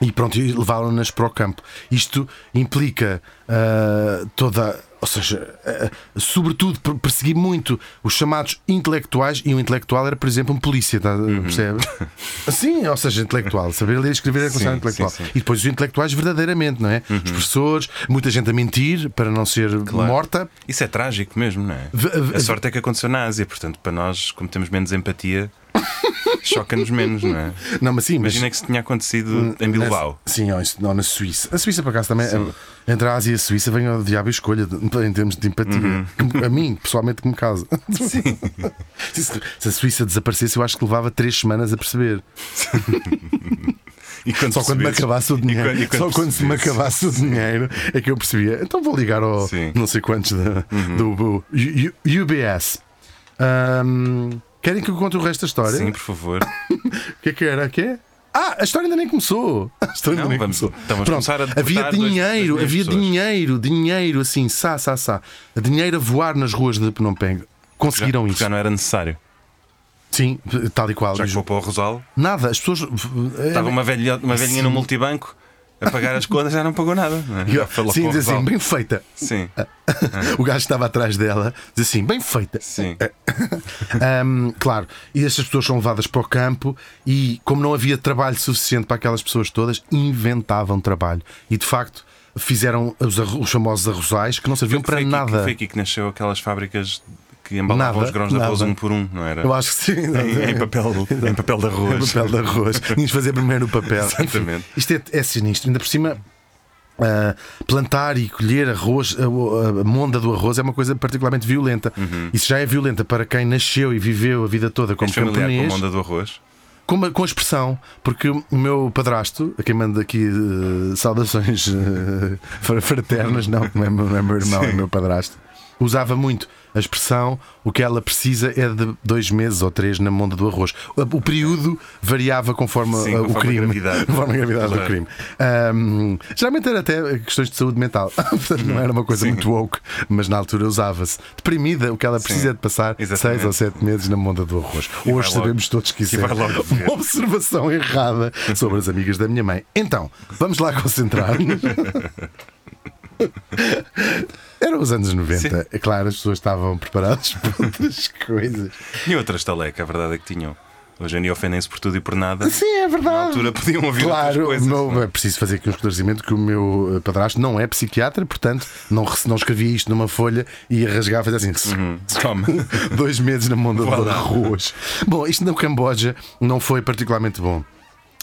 Speaker 1: e pronto, e levaram-nas para o campo. Isto implica ah, toda. Ou seja, ah, sobretudo per- persegui muito os chamados intelectuais, e um intelectual era, por exemplo, um polícia, tá,
Speaker 2: Uhum.
Speaker 1: percebes? Sim, ou seja, intelectual. Saber ler e escrever era considerado
Speaker 2: Sim,
Speaker 1: intelectual.
Speaker 2: sim, Uhum. sim.
Speaker 1: E depois os intelectuais verdadeiramente, não é? Os professores, muita gente a mentir para não ser morta.
Speaker 2: Isso é trágico mesmo, não é?
Speaker 1: V- v-
Speaker 2: A sorte é que aconteceu na Ásia, portanto, para nós, como temos menos empatia, choca-nos menos, não é?
Speaker 1: Não, mas sim, mas
Speaker 2: Imagina que isso tinha
Speaker 1: Hum,
Speaker 2: acontecido em Bilbao.
Speaker 1: Na- sim, ou isso- não, na Suíça. A Suíça, por acaso, também. eh, Entre a Ásia e a Suíça, vem o diabo e escolha de- em termos de empatia.
Speaker 2: Uhum.
Speaker 1: Que- A mim, pessoalmente, que me casa. Sim. se, se a Suíça desaparecesse, eu acho que levava três semanas a perceber.
Speaker 2: E quando
Speaker 1: Só quando me
Speaker 2: percebes-
Speaker 1: acabasse o dinheiro.
Speaker 2: quando- e quando
Speaker 1: Só quando se me
Speaker 2: percebes-
Speaker 1: acabasse o dinheiro é que eu percebia. Então vou ligar ao
Speaker 2: Sim. Uhum.
Speaker 1: não sei quantos da- do, do U- U- UBS. Ahm, querem que eu conte o resto da história?
Speaker 2: Sim, por favor.
Speaker 1: O que é que era? O quê? Ah, a história ainda nem começou. A história
Speaker 2: Não,
Speaker 1: ainda nem
Speaker 2: vamos-
Speaker 1: começou.
Speaker 2: então vamos começar a deportar
Speaker 1: havia
Speaker 2: dois- dois
Speaker 1: dinheiro,
Speaker 2: milhões de
Speaker 1: havia
Speaker 2: pessoas.
Speaker 1: dinheiro, dinheiro assim, sá, sá, sá. Dinheiro a voar nas ruas de Phnom Penh.
Speaker 2: Já,
Speaker 1: Conseguiram
Speaker 2: porque
Speaker 1: isso.
Speaker 2: já não era necessário.
Speaker 1: Sim, tal e qual.
Speaker 2: Já que vou para o Rosal,
Speaker 1: Nada, as pessoas. eh,
Speaker 2: estava uma, velha, uma velhinha no
Speaker 1: Sim.
Speaker 2: multibanco a pagar as contas, já não pagou nada. não é? Já foi lá
Speaker 1: Sim,
Speaker 2: para o
Speaker 1: diz assim, Ah,
Speaker 2: Rosal.
Speaker 1: bem feita.
Speaker 2: Sim,
Speaker 1: O gajo estava atrás dela, diz assim, bem feita.
Speaker 2: sim.
Speaker 1: Ahm, claro, e estas pessoas são levadas para o campo e, como não havia trabalho suficiente para aquelas pessoas todas, inventavam trabalho. E de facto fizeram os, arro- os famosos arrozais que não serviam para
Speaker 2: Foi aqui que-
Speaker 1: nada.
Speaker 2: Foi aqui que nasceu aquelas fábricas que embalavam
Speaker 1: Nada,
Speaker 2: os grãos de arroz
Speaker 1: nada.
Speaker 2: um por um, não era?
Speaker 1: Eu acho que sim.
Speaker 2: Em, em papel, em papel de
Speaker 1: É
Speaker 2: arroz.
Speaker 1: papel de arroz. Tinhas de fazer primeiro o papel.
Speaker 2: Exatamente.
Speaker 1: Isto é, é sinistro. Ainda por cima, ah, plantar e colher arroz, a, a- a monda do arroz é uma coisa particularmente violenta.
Speaker 2: Uhum.
Speaker 1: Isso já é violenta para quem nasceu e viveu a vida toda como
Speaker 2: Tens é familiar com
Speaker 1: camponês.
Speaker 2: a onda do arroz?
Speaker 1: Com, uma- com a expressão, porque o meu padrasto, a quem manda aqui eh, saudações eh, fra- fraternas, não, não é meu, não é meu irmão, é meu padrasto, usava muito a expressão o que ela precisa é de dois meses ou três na monda do arroz. O- O período variava conforme
Speaker 2: Sim,
Speaker 1: eh, o
Speaker 2: conforme a
Speaker 1: crime.
Speaker 2: gravidade.
Speaker 1: Conforme a gravidade do
Speaker 2: Claro.
Speaker 1: crime. Ahm, geralmente era até questões de saúde mental, portanto não era uma coisa muito woke, mas na altura usava-se. Deprimida, o que ela precisa é de passar seis
Speaker 2: exatamente.
Speaker 1: ou sete meses na monda do arroz. Hoje
Speaker 2: vai logo.
Speaker 1: sabemos todos que isso
Speaker 2: E
Speaker 1: é
Speaker 2: vai logo ver.
Speaker 1: uma observação errada sobre as amigas da minha mãe. Então, vamos lá concentrar-nos. Eram os anos 90.
Speaker 2: Sim.
Speaker 1: É claro, as pessoas estavam preparadas para outras coisas.
Speaker 2: E outras estaleca, a verdade é que tinham. Hoje em dia ofendem-se por tudo e por nada.
Speaker 1: Sim, é verdade.
Speaker 2: Na altura podiam ouvir
Speaker 1: Claro,
Speaker 2: outras coisas.
Speaker 1: não,
Speaker 2: não é?
Speaker 1: é preciso fazer aqui um esclarecimento que o meu eh, padrasto não é psiquiatra, portanto, não, re- não escrevia isto numa folha e ia rasgar, fazer assim.
Speaker 2: Hum, Toma.
Speaker 1: Dois meses na mão do
Speaker 2: Vá lá.
Speaker 1: arroz. Bom, isto no Camboja não foi particularmente bom.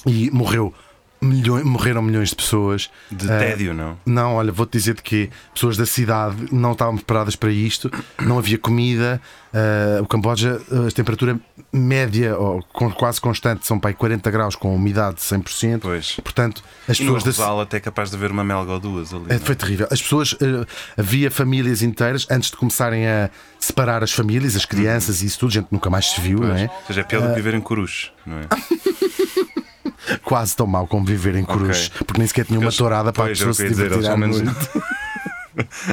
Speaker 1: E morreu milhões, morreram milhões de pessoas.
Speaker 2: De
Speaker 1: Ah,
Speaker 2: tédio, não?
Speaker 1: Não, olha, vou-te dizer de que pessoas da cidade não estavam preparadas para isto, não havia comida. ah, o Camboja, ah, a temperatura média, ou com- quase constante, são para aí 40 graus, com umidade de 100%.
Speaker 2: Pois.
Speaker 1: Portanto, as
Speaker 2: E no
Speaker 1: pessoas da
Speaker 2: Rosal até é capaz de haver uma melga ou duas ali.
Speaker 1: é,
Speaker 2: não é?
Speaker 1: Foi terrível. As pessoas, eh, havia famílias inteiras, antes de começarem a separar as famílias, as crianças
Speaker 2: Uhum.
Speaker 1: e isso tudo, gente nunca mais se viu, não é?
Speaker 2: Ou seja, é pior do que viver em Coruche, não é?
Speaker 1: Quase tão mal como viver em Cruz,
Speaker 2: Ok.
Speaker 1: porque nem sequer tinha uma
Speaker 2: Eles-
Speaker 1: tourada para a
Speaker 2: Pois, era
Speaker 1: pessoa
Speaker 2: o que
Speaker 1: se
Speaker 2: eu ia dizer,
Speaker 1: divertir
Speaker 2: eles
Speaker 1: à
Speaker 2: ao menos-
Speaker 1: noite.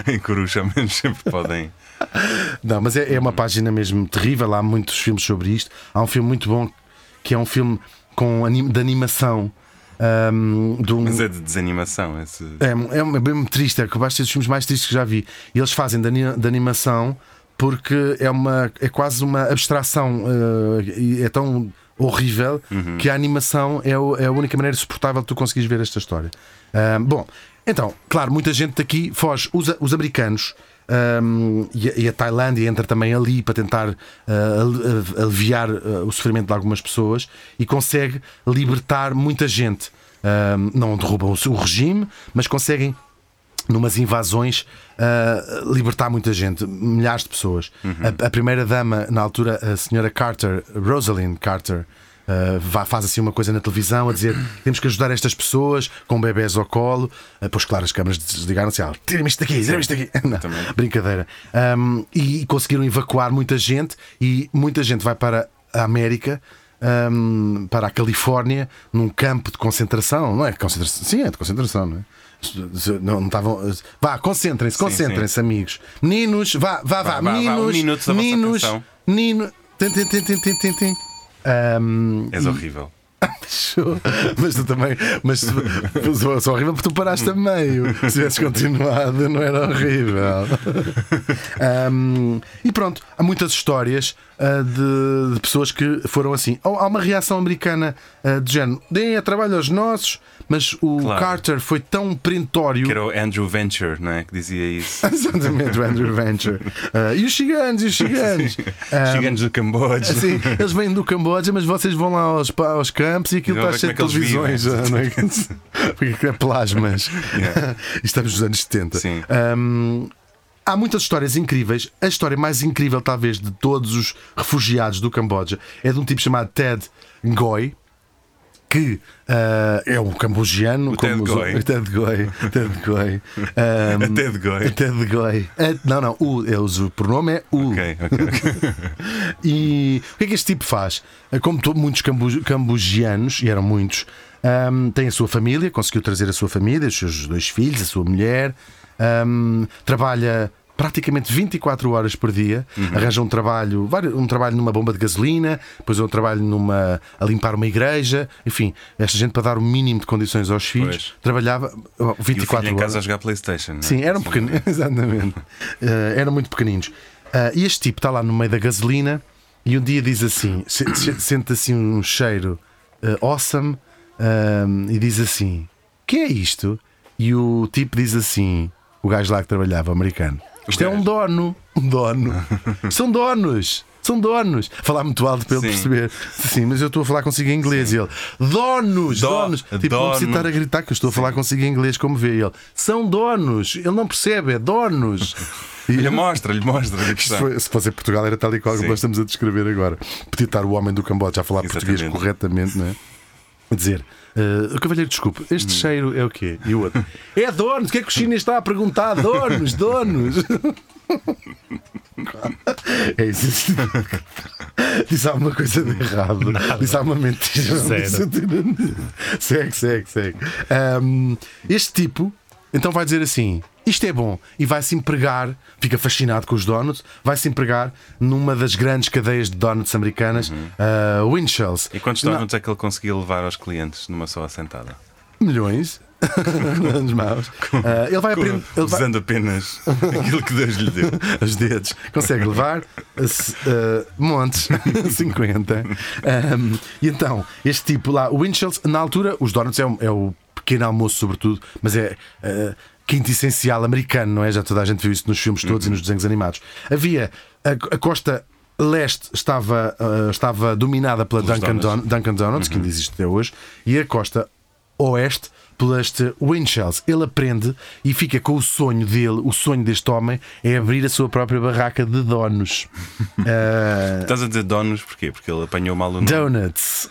Speaker 2: em Coruche, ao menos sempre podem.
Speaker 1: Não, mas é, é
Speaker 2: Uhum.
Speaker 1: uma página mesmo terrível. Há muitos filmes sobre isto. Há um filme muito bom que é um filme com anim- de animação. ahm, de um-
Speaker 2: Mas é de desanimação. Esse...
Speaker 1: É, é, um- é bem triste, é que basta ser dos filmes mais tristes que já vi. E eles fazem da, ani- da animação porque é, uma, é quase uma abstração eh, e é tão horrível que a animação é, o- é a única maneira suportável de tu conseguires ver esta história. Ah, bom, então, claro, muita gente daqui foge. Os, os americanos ahm, e, a- e a Tailândia entra também ali para tentar ah, al- al- aliviar ah, o sofrimento de algumas pessoas e consegue libertar muita gente. Ahm, não derrubam o seu regime, mas conseguem numas invasões, ah, libertar muita gente, milhares de pessoas. A, a primeira dama, na altura, a senhora Carter, Rosalind Carter, ah, vá- faz assim uma coisa na televisão a dizer temos que ajudar estas pessoas com bebés ao colo. Ah, pois claro, as câmaras desligaram-se. Ah, Tira-me isto daqui, tira-me isto daqui. Não, brincadeira. Ahm, e conseguiram evacuar muita gente e muita gente vai para a América. ahm, para a Califórnia num campo de concentração, não é? Concentração, sim, é de concentração, não é? Não, não estavam. Vá, concentrem-se, concentrem-se, amigos. Meninos, vá, vá, vá,
Speaker 2: vá, vá, um
Speaker 1: meninos,
Speaker 2: minuto da vossa
Speaker 1: meninos,
Speaker 2: atenção.
Speaker 1: menino. Tim, tim, tim, tim, tim, tim, tim. Ahm,
Speaker 2: És horrível.
Speaker 1: show. mas tu também, mas tu- só- só horrível porque tu paraste a meio. Se tivesse continuado, não era horrível. Ahm, e pronto, há muitas histórias ah, de, de pessoas que foram assim. Há há uma reação americana ah, de género: deem a trabalho aos nossos, mas o
Speaker 2: Claro.
Speaker 1: Carter foi tão perentório.
Speaker 2: Que era o Andrew Venture, não é? Que dizia isso.
Speaker 1: Exatamente, o Andrew Venture. Ah, e os ciganos, e os ciganos. Ah,
Speaker 2: Chiganos do Camboja.
Speaker 1: assim, eles vêm do Camboja, mas vocês vão lá aos, pa- aos campos e aquilo
Speaker 2: E vão
Speaker 1: está
Speaker 2: ver
Speaker 1: cheio de
Speaker 2: como é que eles
Speaker 1: televisões. ah, não é? Porque é plasmas.
Speaker 2: Yeah.
Speaker 1: Isto Estamos nos anos 70.
Speaker 2: Sim.
Speaker 1: Ahm, há muitas histórias incríveis. A história mais incrível, talvez, de todos os refugiados do Camboja é de um tipo chamado Ted Ngoi. Que ah, é um cambogiano,
Speaker 2: O Ted
Speaker 1: os-
Speaker 2: Goi.
Speaker 1: o Ted Goi, Ted Ah, Goi. Ahm,
Speaker 2: Até de goi.
Speaker 1: até de goi. Ah, Não, não, o, eles, o pronome é o.
Speaker 2: Ok, ok.
Speaker 1: E o que é que este tipo faz? Ah, Como to- muitos cambu- cambogianos, e eram muitos, ahm, tem a sua família, conseguiu trazer a sua família, os seus dois filhos, a sua mulher, ahm, trabalha praticamente 24 horas por dia,
Speaker 2: Uhum.
Speaker 1: arranja um trabalho, vário- um trabalho numa bomba de gasolina, depois um trabalho numa a limpar uma igreja, enfim, esta gente para dar o mínimo de condições aos filhos,
Speaker 2: Pois.
Speaker 1: trabalhava oh,
Speaker 2: E o filho
Speaker 1: 24
Speaker 2: em
Speaker 1: horas.
Speaker 2: casa a jogar Playstation. não é?
Speaker 1: Sim, um eram pequeninos, exatamente. Eh, eram muito pequeninos. Ah, e este tipo está lá no meio da gasolina e um dia diz assim: se- se- sente assim um cheiro eh, awesome ahm, e diz assim: que é isto? E o tipo diz assim: o gajo lá que trabalhava, americano, isto é
Speaker 2: gajo.
Speaker 1: um dono, um dono, são donos. São donos. Falar muito alto para ele
Speaker 2: Sim.
Speaker 1: perceber. Sim, mas eu estou a falar consigo em inglês. E ele, donos,
Speaker 2: Dó-
Speaker 1: donos. Tipo, não preciso
Speaker 2: dono.
Speaker 1: estar a gritar que eu estou a falar consigo em inglês, como vê ele. São donos, ele não percebe, é donos. E
Speaker 2: Lhe mostra, lhe mostra. lhe
Speaker 1: isto
Speaker 2: está.
Speaker 1: foi- se fosse em Portugal era tal e qual como
Speaker 2: Sim.
Speaker 1: nós estamos a descrever agora. Podia estar o homem do Camboja a falar português
Speaker 2: Exatamente.
Speaker 1: corretamente, não é? A dizer, "Ah, o cavalheiro, desculpe, este
Speaker 2: Hum.
Speaker 1: cheiro é o quê? E o outro, é donos, o que é que o chinês está a perguntar? Donos, donos. é isso. Diz alguma coisa de errado. Diz alguma mentira.
Speaker 3: Zero.
Speaker 1: segue, segue, segue. Ahm, este tipo então vai dizer assim: isto é bom, e vai-se empregar, fica fascinado com os donuts, vai-se empregar numa das grandes cadeias de donuts americanas, ah, Winchells.
Speaker 2: E quantos donuts é que ele conseguia levar aos clientes numa só assentada?
Speaker 1: Milhões. Anos maus. Ah, ele vai aprender. ele vai-
Speaker 2: Usando apenas aquilo que Deus lhe deu.
Speaker 1: os dedos, consegue levar eh, se- eh, montes, 50. Ahm, e então, este tipo lá, o Winchels, na altura, os donuts é, o- é o pequeno almoço, sobretudo, mas é. eh, Quinto essencial americano, não é? Já toda a gente viu isso nos filmes todos e nos desenhos animados. Havia a, a costa leste estava, eh, estava dominada pela Dunkin'
Speaker 2: donuts.
Speaker 1: Don- Dunkin' Donuts, que ainda existe até hoje, e a costa oeste pela este Winchells. Ele aprende e fica com o sonho dele, o sonho deste homem é abrir a sua própria barraca de donos. Ah,
Speaker 2: Estás a dizer donos porquê? Porque ele apanhou mal o nome.
Speaker 1: Donuts.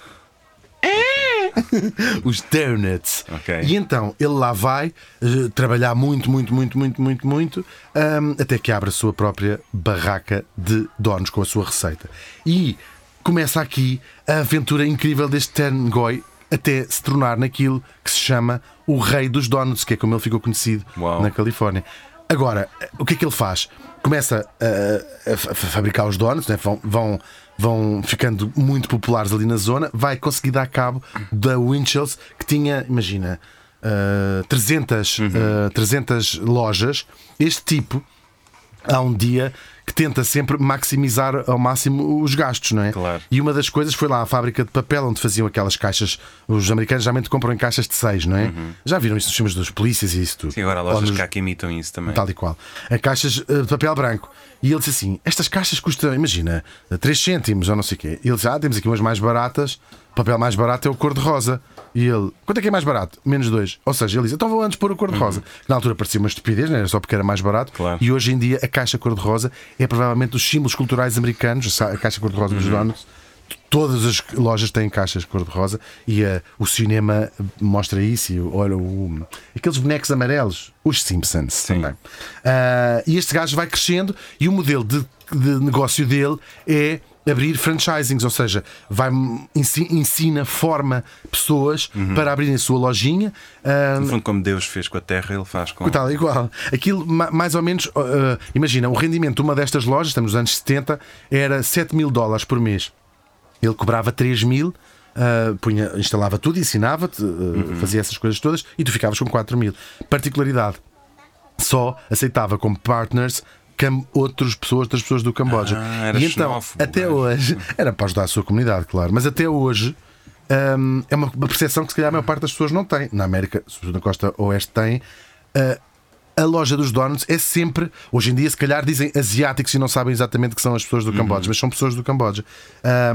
Speaker 1: Os donuts.
Speaker 2: Ok.
Speaker 1: E então ele lá vai eh, trabalhar muito, muito, muito, muito, muito, muito, ahm, até que abre a sua própria barraca de donos com a sua receita. E começa aqui a aventura incrível deste Ten Goi até se tornar naquilo que se chama o rei dos donuts, que é como ele ficou conhecido
Speaker 2: Uau.
Speaker 1: na Califórnia. Agora, eh, o que é que ele faz? Começa eh, a fa- fa- fabricar os donuts, né? vão, vão, vão ficando muito populares ali na zona, vai conseguir dar cabo da Winchells, que tinha, imagina, eh,
Speaker 2: Uhum.
Speaker 1: 300, eh, 300 lojas. Este tipo, há um dia que tenta sempre maximizar ao máximo os gastos, não é?
Speaker 2: Claro.
Speaker 1: E uma das coisas foi lá à fábrica de papel onde faziam aquelas caixas. Os americanos geralmente compram em caixas de seis, não é? Já viram isso nos filmes dos polícias e isso tudo.
Speaker 2: Uhum. Sim, agora há
Speaker 1: Ou
Speaker 2: lojas
Speaker 1: nos-
Speaker 2: cá que imitam isso também.
Speaker 1: Tal e qual. A caixas eh, de papel branco. E ele disse assim: estas caixas custam, imagina, 3 cêntimos ou não sei o quê. E ele já ah, temos aqui umas mais baratas. O papel mais barato é o cor-de-rosa. E ele, quanto é que é mais barato? Menos dois Ou seja, ele diz, então vou antes pôr o cor-de-rosa. Na altura parecia uma estupidez, não era só porque era mais barato.
Speaker 2: Claro.
Speaker 1: E hoje em dia a caixa cor-de-rosa é provavelmente dos símbolos culturais americanos, sa- a caixa cor-de-rosa dos Donuts. Todas as lojas têm caixas cor-de-rosa e eh, o cinema mostra isso. E, olha, o- aqueles bonecos amarelos, os Simpsons também. Ah, e este gajo vai crescendo e o modelo de, de negócio dele é abrir franchisings, ou seja, vai ensi- ensina, forma pessoas para abrirem a sua lojinha. ah,
Speaker 2: No fundo, como Deus fez com a terra, ele faz com.
Speaker 1: Igual, Tal, igual. Aquilo, ma- mais ou menos, ó, ó, imagina, o rendimento de uma destas lojas, estamos nos anos 70, era 7 mil dólares por mês. Ele cobrava 3 mil, ah, punha, instalava tudo, ensinava-te, ah,
Speaker 2: Uhum.
Speaker 1: fazia essas coisas todas e tu ficavas com 4 mil. Particularidade, só aceitava como partners cam- outras pessoas, outras pessoas do Camboja.
Speaker 2: Ah, era
Speaker 1: e então,
Speaker 2: xenófobo, é?
Speaker 1: até
Speaker 2: gajo.
Speaker 1: hoje, era para ajudar a sua comunidade, claro, mas até hoje hum, é uma uma percepção que se calhar a maior parte das pessoas não tem. Na América, sobretudo na costa oeste, tem. ah, a loja dos donuts é sempre, hoje em dia, se calhar dizem asiáticos e não sabem exatamente que são as pessoas do Camboja, mas são pessoas do Camboja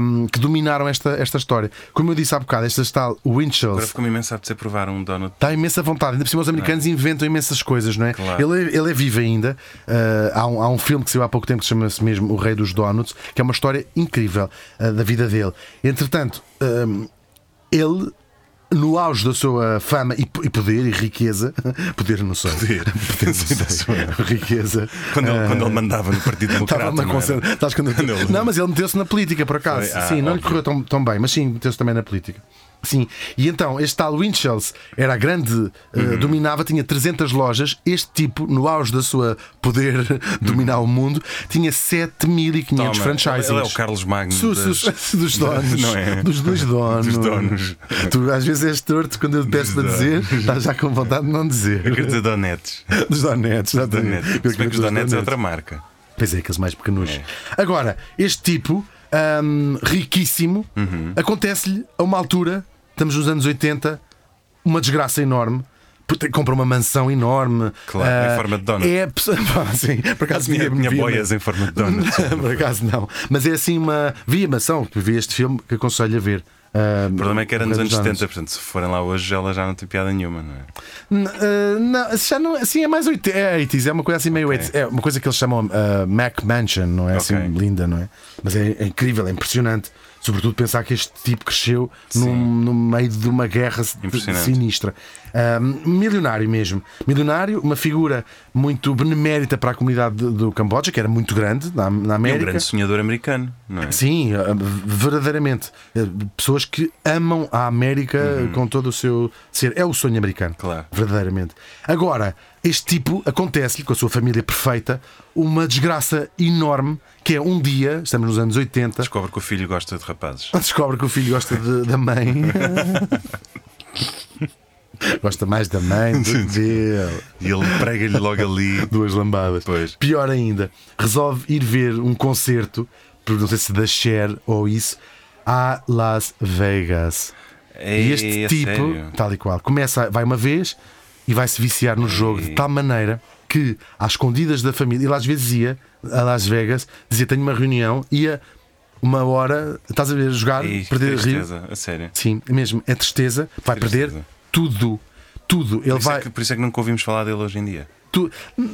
Speaker 1: hum, que dominaram esta, esta história. Como eu disse há bocado, esta tal
Speaker 2: Agora
Speaker 1: Winchell's
Speaker 2: ficou-me imenso a apetecer provar um donut.
Speaker 1: Está imensa vontade. Ainda por cima, os americanos inventam imensas coisas, não é?
Speaker 2: É. Claro.
Speaker 1: Ele, é- ele é vivo ainda. Ah, há, um, há um filme que saiu há pouco tempo que chama-se mesmo O Rei dos Donuts, que é uma história incrível ah, da vida dele. Entretanto, ahm, ele, no auge da sua fama e, po- e poder e riqueza, poder não sei,
Speaker 2: Poder.
Speaker 1: não sei.
Speaker 2: Da sua-
Speaker 1: riqueza.
Speaker 2: Quando ele,
Speaker 1: ah,
Speaker 2: quando ele mandava no Partido Democrata.
Speaker 1: Estava na
Speaker 2: não era?
Speaker 1: conselho. Estás quando-
Speaker 2: Quando ele-
Speaker 1: Não, mas ele meteu-se na política, por acaso.
Speaker 2: Foi? Ah,
Speaker 1: sim, não lhe
Speaker 2: óbvio.
Speaker 1: correu tão, tão bem, mas sim, meteu-se também na política. Sim, e então este tal Winchels era a grande, eh,
Speaker 2: Uhum.
Speaker 1: dominava, tinha 300 lojas. Este tipo, no auge da sua poder dominar o mundo, tinha 7500
Speaker 2: Uhum. Toma,
Speaker 1: franchisings.
Speaker 2: Ele é o Carlos Magno.
Speaker 1: Su-
Speaker 2: das-
Speaker 1: su- su- Dos donos.
Speaker 2: Não é?
Speaker 1: Dos, dos donos.
Speaker 2: Dos donos.
Speaker 1: Tu às vezes és torto quando eu te peço para
Speaker 2: Dos
Speaker 1: dizer, estás já com vontade de não
Speaker 2: Eu
Speaker 1: dizer.
Speaker 2: queria dizer Donetes.
Speaker 1: Dos donetes, exatamente.
Speaker 2: Donetes. Se bem que os
Speaker 1: Dos
Speaker 2: Donetes é
Speaker 1: donetes.
Speaker 2: outra marca.
Speaker 1: Pois é, aqueles mais pequenos.
Speaker 2: É.
Speaker 1: Agora, este tipo, hum, riquíssimo,
Speaker 2: Uhum.
Speaker 1: acontece-lhe a uma altura, estamos nos anos 80, uma desgraça enorme. porque Compra uma mansão enorme.
Speaker 2: Claro, em
Speaker 1: Ah,
Speaker 2: forma de donut.
Speaker 1: É, pá, sim, por acaso
Speaker 2: Tinha,
Speaker 1: via-
Speaker 2: tinha
Speaker 1: via-
Speaker 2: boias em forma de donuts.
Speaker 1: Por acaso não. Mas é assim uma. Vi a mansão, que vi este filme que aconselho a ver. Ah,
Speaker 2: O problema é que era nos
Speaker 1: Rei
Speaker 2: anos
Speaker 1: dos Donuts.
Speaker 2: 70, portanto, se forem lá hoje, ela já não tem piada nenhuma, não é?
Speaker 1: N- ah, não, já não, assim é mais 80, é 80s, é uma coisa assim meio 80s, é uma coisa que eles chamam ah, Mac Mansion, não é assim
Speaker 2: Ok.
Speaker 1: linda, não é? Mas é, é incrível, é impressionante. Sobretudo pensar que este tipo cresceu num, no meio de uma guerra si-
Speaker 2: Impressionante.
Speaker 1: sinistra. Ah, milionário mesmo. Milionário, uma figura muito benemérita para a comunidade de- do Camboja, que era muito grande na, na
Speaker 2: É
Speaker 1: América.
Speaker 2: um grande sonhador americano, não é?
Speaker 1: Sim, ah, verdadeiramente. Ah, Pessoas que amam a América com todo o seu ser. É o sonho americano.
Speaker 2: Uhum. Claro.
Speaker 1: Verdadeiramente. Agora, este tipo acontece-lhe com a sua família perfeita uma desgraça enorme que é um dia, estamos nos anos 80,
Speaker 2: Descobre que o filho gosta de rapazes.
Speaker 1: descobre que o filho gosta de- da mãe. gosta mais da mãe do que dele.
Speaker 2: E ele prega-lhe logo ali.
Speaker 1: Duas lambadas.
Speaker 2: Pois.
Speaker 1: Pior ainda, resolve ir ver um concerto, por não sei se da Cher ou isso, a Las Vegas.
Speaker 2: Ei,
Speaker 1: e este
Speaker 2: a
Speaker 1: tipo,
Speaker 2: sério?
Speaker 1: tal e qual, começa, vai uma vez e vai se viciar no jogo de tal maneira que, às escondidas da família, ele às vezes ia a Las Vegas, dizia: Tenho uma reunião, ia uma hora, estás a ver, jogar,
Speaker 2: Ei, que
Speaker 1: perder rio.
Speaker 2: tristeza, a sério.
Speaker 1: Sim, mesmo, é tristeza, vai
Speaker 2: Tristeza.
Speaker 1: perder tudo. Tudo, ele
Speaker 2: Por isso,
Speaker 1: vai.
Speaker 2: é que, por isso é que nunca ouvimos falar dele hoje em dia.
Speaker 1: Tu-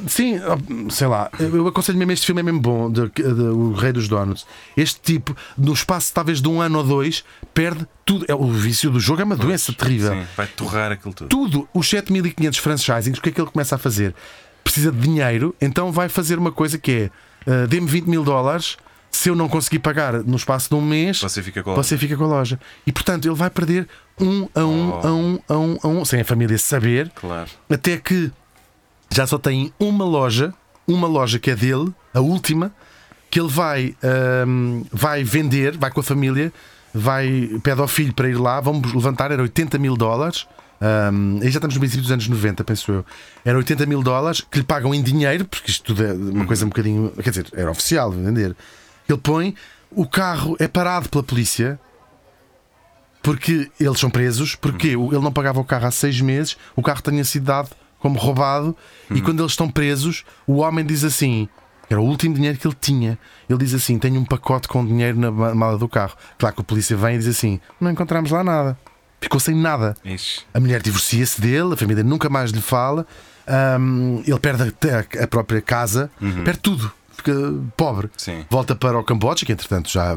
Speaker 1: sim, oh, sei lá, eu eu aconselho mesmo este filme é mesmo bom, de, de- O Rei dos Donuts. Este tipo, no espaço talvez de um ano ou dois, perde tudo. É, o vício do jogo é uma doença terrível.
Speaker 2: Sim, vai torrar aquilo tudo.
Speaker 1: Tudo, os 7500 franchisings, o que é que ele começa a fazer? Precisa de dinheiro, então vai fazer uma coisa que é: ah, dê-me 20 mil dólares. Se eu não conseguir pagar no espaço de um mês,
Speaker 2: Você fica com a
Speaker 1: você fica com a loja. E portanto, ele vai perder um a um,
Speaker 2: Oh.
Speaker 1: a um, a um, a um, sem a família saber.
Speaker 2: Claro.
Speaker 1: Até que já só tem uma loja, uma loja que é dele, a última, que ele vai, ahm, vai vender, vai com a família, vai, pede ao filho para ir lá, vamos levantar, era 80 mil dólares. Ahm, aí já estamos no princípio dos anos 90, penso eu. Eram 80 mil dólares que lhe pagam em dinheiro, porque isto tudo é uma coisa um bocadinho. Quer dizer, era oficial, vou entender. Ele põe, o carro é parado pela polícia porque eles são presos, porque o- ele não pagava o carro há seis meses, o carro tinha sido dado como roubado, e quando eles estão presos, o homem diz assim: era o último dinheiro que ele tinha. Ele diz assim: tenho um pacote com dinheiro na ma- mala do carro. Claro que a polícia vem e diz assim: não encontramos lá nada. Ficou sem nada.
Speaker 2: Ixi.
Speaker 1: A mulher divorcia-se dele, a família nunca mais lhe fala, hum, ele perde até a- a própria casa, perde tudo, fica pobre.
Speaker 2: Uhum. Sim.
Speaker 1: Volta para o Camboja, que entretanto já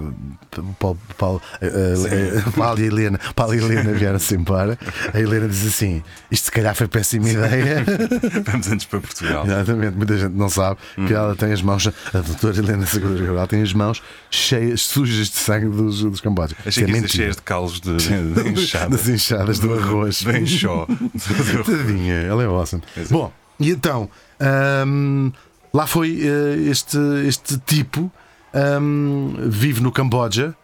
Speaker 1: Paulo, Paulo, eh, eh, eh, Paulo e a Helena, Paulo e a Helena vieram-se embora. A Helena diz assim: isto se calhar foi péssima ideia.
Speaker 2: Vamos antes para Portugal.
Speaker 1: Exatamente, muita gente não sabe
Speaker 2: Uhum.
Speaker 1: que ela tem as mãos, a doutora Helena Segura Cabral tem as mãos cheias, sujas de sangue dos, dos Cambojas.
Speaker 2: Achei
Speaker 1: Isso
Speaker 2: que
Speaker 1: é
Speaker 2: isso
Speaker 1: mentira.
Speaker 2: cheias de calos de, de enxada.
Speaker 1: das enxadas do arroz.
Speaker 2: De enxó.
Speaker 1: Tadinha, ela é awesome.
Speaker 2: Pois é.
Speaker 1: Bom, e então, hum, lá foi eh, este, este tipo, hum, vive no Camboja,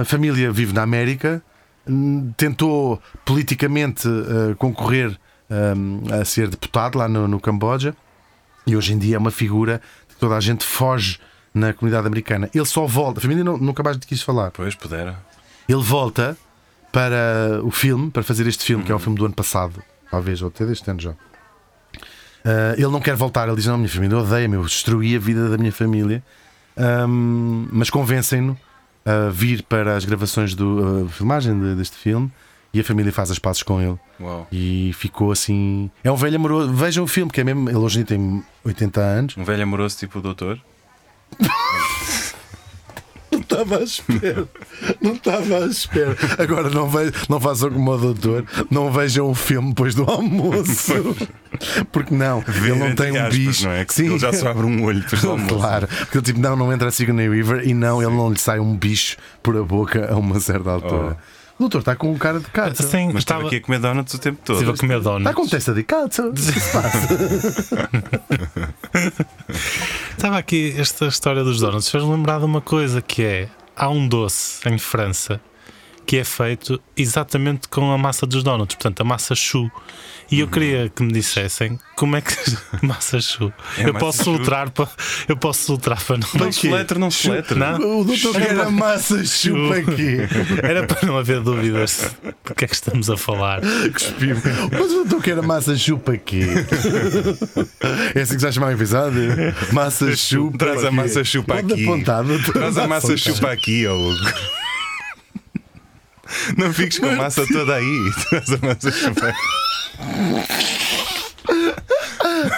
Speaker 1: a família vive na América, hum, tentou politicamente eh, concorrer hum, a ser deputado lá no, no Camboja e hoje em dia é uma figura que toda a gente foge na comunidade americana. Ele só volta, a família não, nunca mais lhe quis falar.
Speaker 2: Pois, pudera.
Speaker 1: Ele volta para o filme, para fazer este filme, que é o filme do ano passado, talvez, ou até deste ano já. Ah, ele não quer voltar, ele diz: Não, minha família odeia-me, eu destruí a vida da minha família. Ahm, mas convencem-no a vir para as gravações do a filmagem de- deste filme e a família faz as pazes com ele.
Speaker 2: Uau.
Speaker 1: E ficou assim. É um velho amoroso. Vejam o filme, que é mesmo. Ele hoje em dia tem 80 anos.
Speaker 2: Um velho amoroso tipo o doutor.
Speaker 1: Não estava à espera. Não estava à espera. Agora não, ve- não façam como o doutor, não vejam o filme depois do almoço. Porque não, ele não
Speaker 2: Entre
Speaker 1: tem um
Speaker 2: aspas,
Speaker 1: bicho.
Speaker 2: Não é? Que Ele já só abre um olho depois do almoço.
Speaker 1: Claro, porque ele tipo, não, não entra a Sigourney Weaver e não, ele não lhe sai um bicho por a boca a uma certa altura.
Speaker 2: Oh.
Speaker 1: O doutor está com um cara de cazzo. Está
Speaker 3: Sim,
Speaker 2: Mas estava
Speaker 3: estava,
Speaker 2: aqui a comer donuts o tempo todo.
Speaker 3: estive a comer donuts.
Speaker 1: com um testa de cazzo. O que se passa?
Speaker 3: Estava aqui esta história dos donuts. Fez-me lembrar de uma coisa que é: há um doce em França que é feito exatamente com a massa dos donuts, portanto, a massa choux. E
Speaker 2: Uhum.
Speaker 3: eu queria que me dissessem como é que massa choux.
Speaker 2: É
Speaker 3: eu
Speaker 2: massa
Speaker 3: posso
Speaker 2: choux?
Speaker 3: soltar para eu posso soltar para não
Speaker 2: Não se letra, não se letra.
Speaker 3: Não?
Speaker 1: O doutor quer a massa chupa aqui.
Speaker 3: Era para não haver dúvidas do que é que estamos a falar.
Speaker 1: Cuspiu. Mas o doutor quer a massa chupa aqui. É assim que se vai chamar o episódio? Massa chupa.
Speaker 2: Traz a
Speaker 1: aqui.
Speaker 2: massa chupa
Speaker 1: Pode
Speaker 2: aqui.
Speaker 1: apontar, doutor.
Speaker 2: Traz a massa chupa aqui, ó Hugo. Não fiques com a massa toda aí. Traz a massa chupa aqui.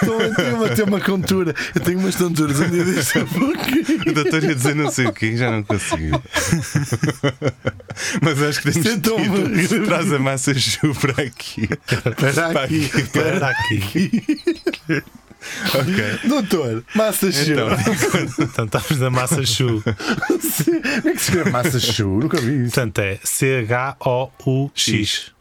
Speaker 1: Estou a ter uma, ter uma contura. Eu tenho umas tonturas. Um dia deste porque
Speaker 2: O doutor ia dizer não sei o quê, já não consigo. Mas acho que
Speaker 1: é
Speaker 2: temos
Speaker 1: Sentou-me.
Speaker 2: tido. Traz a massa chupa aqui.
Speaker 1: Para aqui.
Speaker 3: Era aqui.
Speaker 2: Ok.
Speaker 1: Doutor, massa
Speaker 2: Então,
Speaker 1: chupa.
Speaker 3: Portanto, estamos na massa choux.
Speaker 1: Como é que se escreve massa chupa? Nunca vi isso.
Speaker 3: Portanto, é C-H-O-U-X.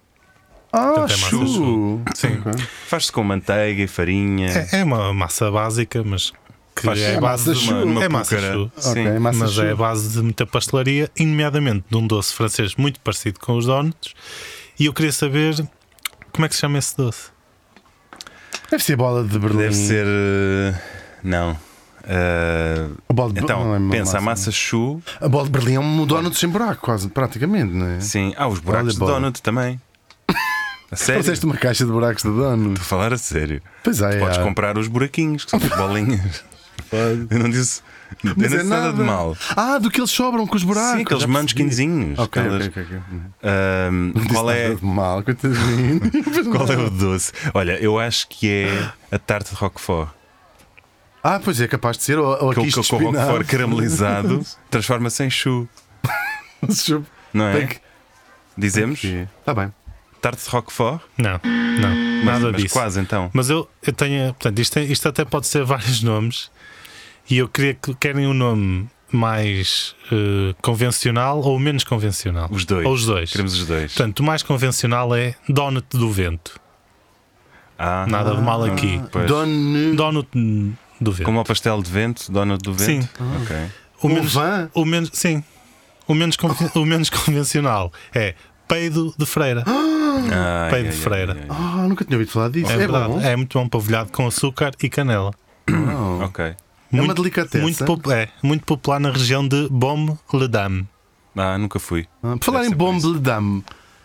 Speaker 1: Ah,
Speaker 2: Então,
Speaker 3: Portanto, é massa
Speaker 1: chu.
Speaker 3: Sim.
Speaker 2: faz-se com manteiga e farinha.
Speaker 3: Hum. É, é uma massa básica, mas que
Speaker 2: Faz-
Speaker 3: é
Speaker 2: é
Speaker 3: a base
Speaker 1: massa
Speaker 3: de uma,
Speaker 1: choux.
Speaker 2: Uma
Speaker 3: é massa
Speaker 2: púcara.
Speaker 3: choux.
Speaker 1: Ok,
Speaker 2: Sim.
Speaker 1: massa
Speaker 3: mas é a
Speaker 1: chupa.
Speaker 3: base de muita pastelaria, e nomeadamente de um doce francês muito parecido com os donuts. E eu queria saber como é que se chama esse doce.
Speaker 1: Deve ser bola de Berlim.
Speaker 2: Deve ser. eh, Não. Eh,
Speaker 1: Bola de...
Speaker 2: então,
Speaker 1: não é uma
Speaker 2: pensa, a massa chu.
Speaker 1: A bola de Berlim é um donut sem buraco, quase, praticamente, não é?
Speaker 2: Sim. Ah, os
Speaker 1: Olha,
Speaker 2: buracos de
Speaker 1: bola.
Speaker 2: donut também. A sério?
Speaker 1: Trouxeste uma caixa de buracos de donut.
Speaker 2: Vou falar a sério.
Speaker 1: Pois é.
Speaker 2: Podes
Speaker 1: é.
Speaker 2: comprar os buraquinhos, que são as bolinhas. Eu não disse. Eu não
Speaker 1: Mas
Speaker 2: disse
Speaker 1: é
Speaker 2: nada de mal.
Speaker 1: Ah, do que eles sobram com os buracos.
Speaker 2: Sim, aqueles
Speaker 1: Já percebi.
Speaker 2: manesquinzinhos.
Speaker 1: Ok,
Speaker 2: aquelas-
Speaker 1: ok, ok, ok. Não
Speaker 2: Ahm,
Speaker 1: disse
Speaker 2: qual,
Speaker 1: nada
Speaker 2: é,
Speaker 1: de mal, coitadinho.
Speaker 2: qual é o doce? Olha, eu acho que é a tarte de Roquefort.
Speaker 1: Ah, pois é, capaz de ser. Ou, ou
Speaker 2: Que
Speaker 1: aqui
Speaker 2: o
Speaker 1: isto
Speaker 2: cacau Roquefort caramelizado transforma-se em chu, não é? Dizemos?
Speaker 1: Está Tá bem.
Speaker 2: Tarte de Roquefort?
Speaker 3: Não, não,
Speaker 2: Mas,
Speaker 3: nada
Speaker 2: mas
Speaker 3: disso.
Speaker 2: quase então.
Speaker 3: Mas eu, eu tenho. Portanto, isto, é- isto até pode ser vários nomes. E eu queria que querem um nome mais eh, convencional ou menos convencional.
Speaker 2: Os dois.
Speaker 3: Ou os dois.
Speaker 2: Queremos os dois.
Speaker 3: Portanto, o mais convencional é Donut do Vento.
Speaker 2: Ah,
Speaker 3: Nada de mal aqui.
Speaker 2: pois.
Speaker 1: Don.
Speaker 3: Donut do Vento.
Speaker 2: Como ao pastel de vento, donut do vento?
Speaker 3: Sim.
Speaker 2: Ok.
Speaker 3: O menos,
Speaker 1: van?
Speaker 3: o menos, sim. O menos, conven- o menos convencional é peido de freira.
Speaker 2: Ah,
Speaker 3: Peido
Speaker 2: é, é,
Speaker 3: Freira.
Speaker 2: é,
Speaker 1: Ah, nunca tinha ouvido falar disso. É,
Speaker 3: verdade,
Speaker 1: bom.
Speaker 3: é muito bom pavilhado com açúcar e canela.
Speaker 2: é. Ok.
Speaker 1: É uma
Speaker 3: Muito-
Speaker 1: delicatessa.
Speaker 3: Muito, popu- é, muito popular na região de Baume-le-Dame.
Speaker 2: Ah, nunca fui.
Speaker 1: Ah, por falar
Speaker 2: Deve
Speaker 1: em
Speaker 2: ser por isso.
Speaker 1: bombe de dame,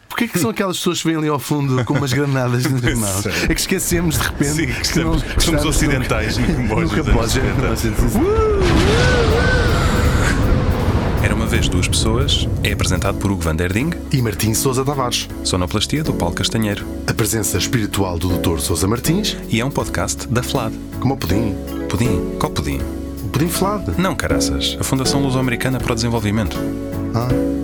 Speaker 1: porquê que são aquelas pessoas que vêm ali ao fundo com umas granadas nas mãos?
Speaker 2: sei.
Speaker 1: É que esquecemos de repente
Speaker 2: Sim, que estamos-
Speaker 1: não-
Speaker 2: que somos
Speaker 1: estamos
Speaker 2: ocidentais no
Speaker 1: num-
Speaker 2: Camboja.
Speaker 1: Nunca
Speaker 2: dos anos
Speaker 1: pode, é
Speaker 2: 70. Uh! Era uma vez duas pessoas é apresentado por Hugo Van Der Ding,
Speaker 1: E Martim Sousa Tavares,
Speaker 2: sonoplastia do Paulo Castanheiro.
Speaker 1: a presença espiritual do Dr. Sousa Martins,
Speaker 2: E é um podcast da FLAD.
Speaker 1: como o pudim,
Speaker 2: Pudim? Qual pudim?
Speaker 1: o pudim flado.
Speaker 2: Não, caraças. A Fundação Luso-Americana para o Desenvolvimento.
Speaker 1: Ah,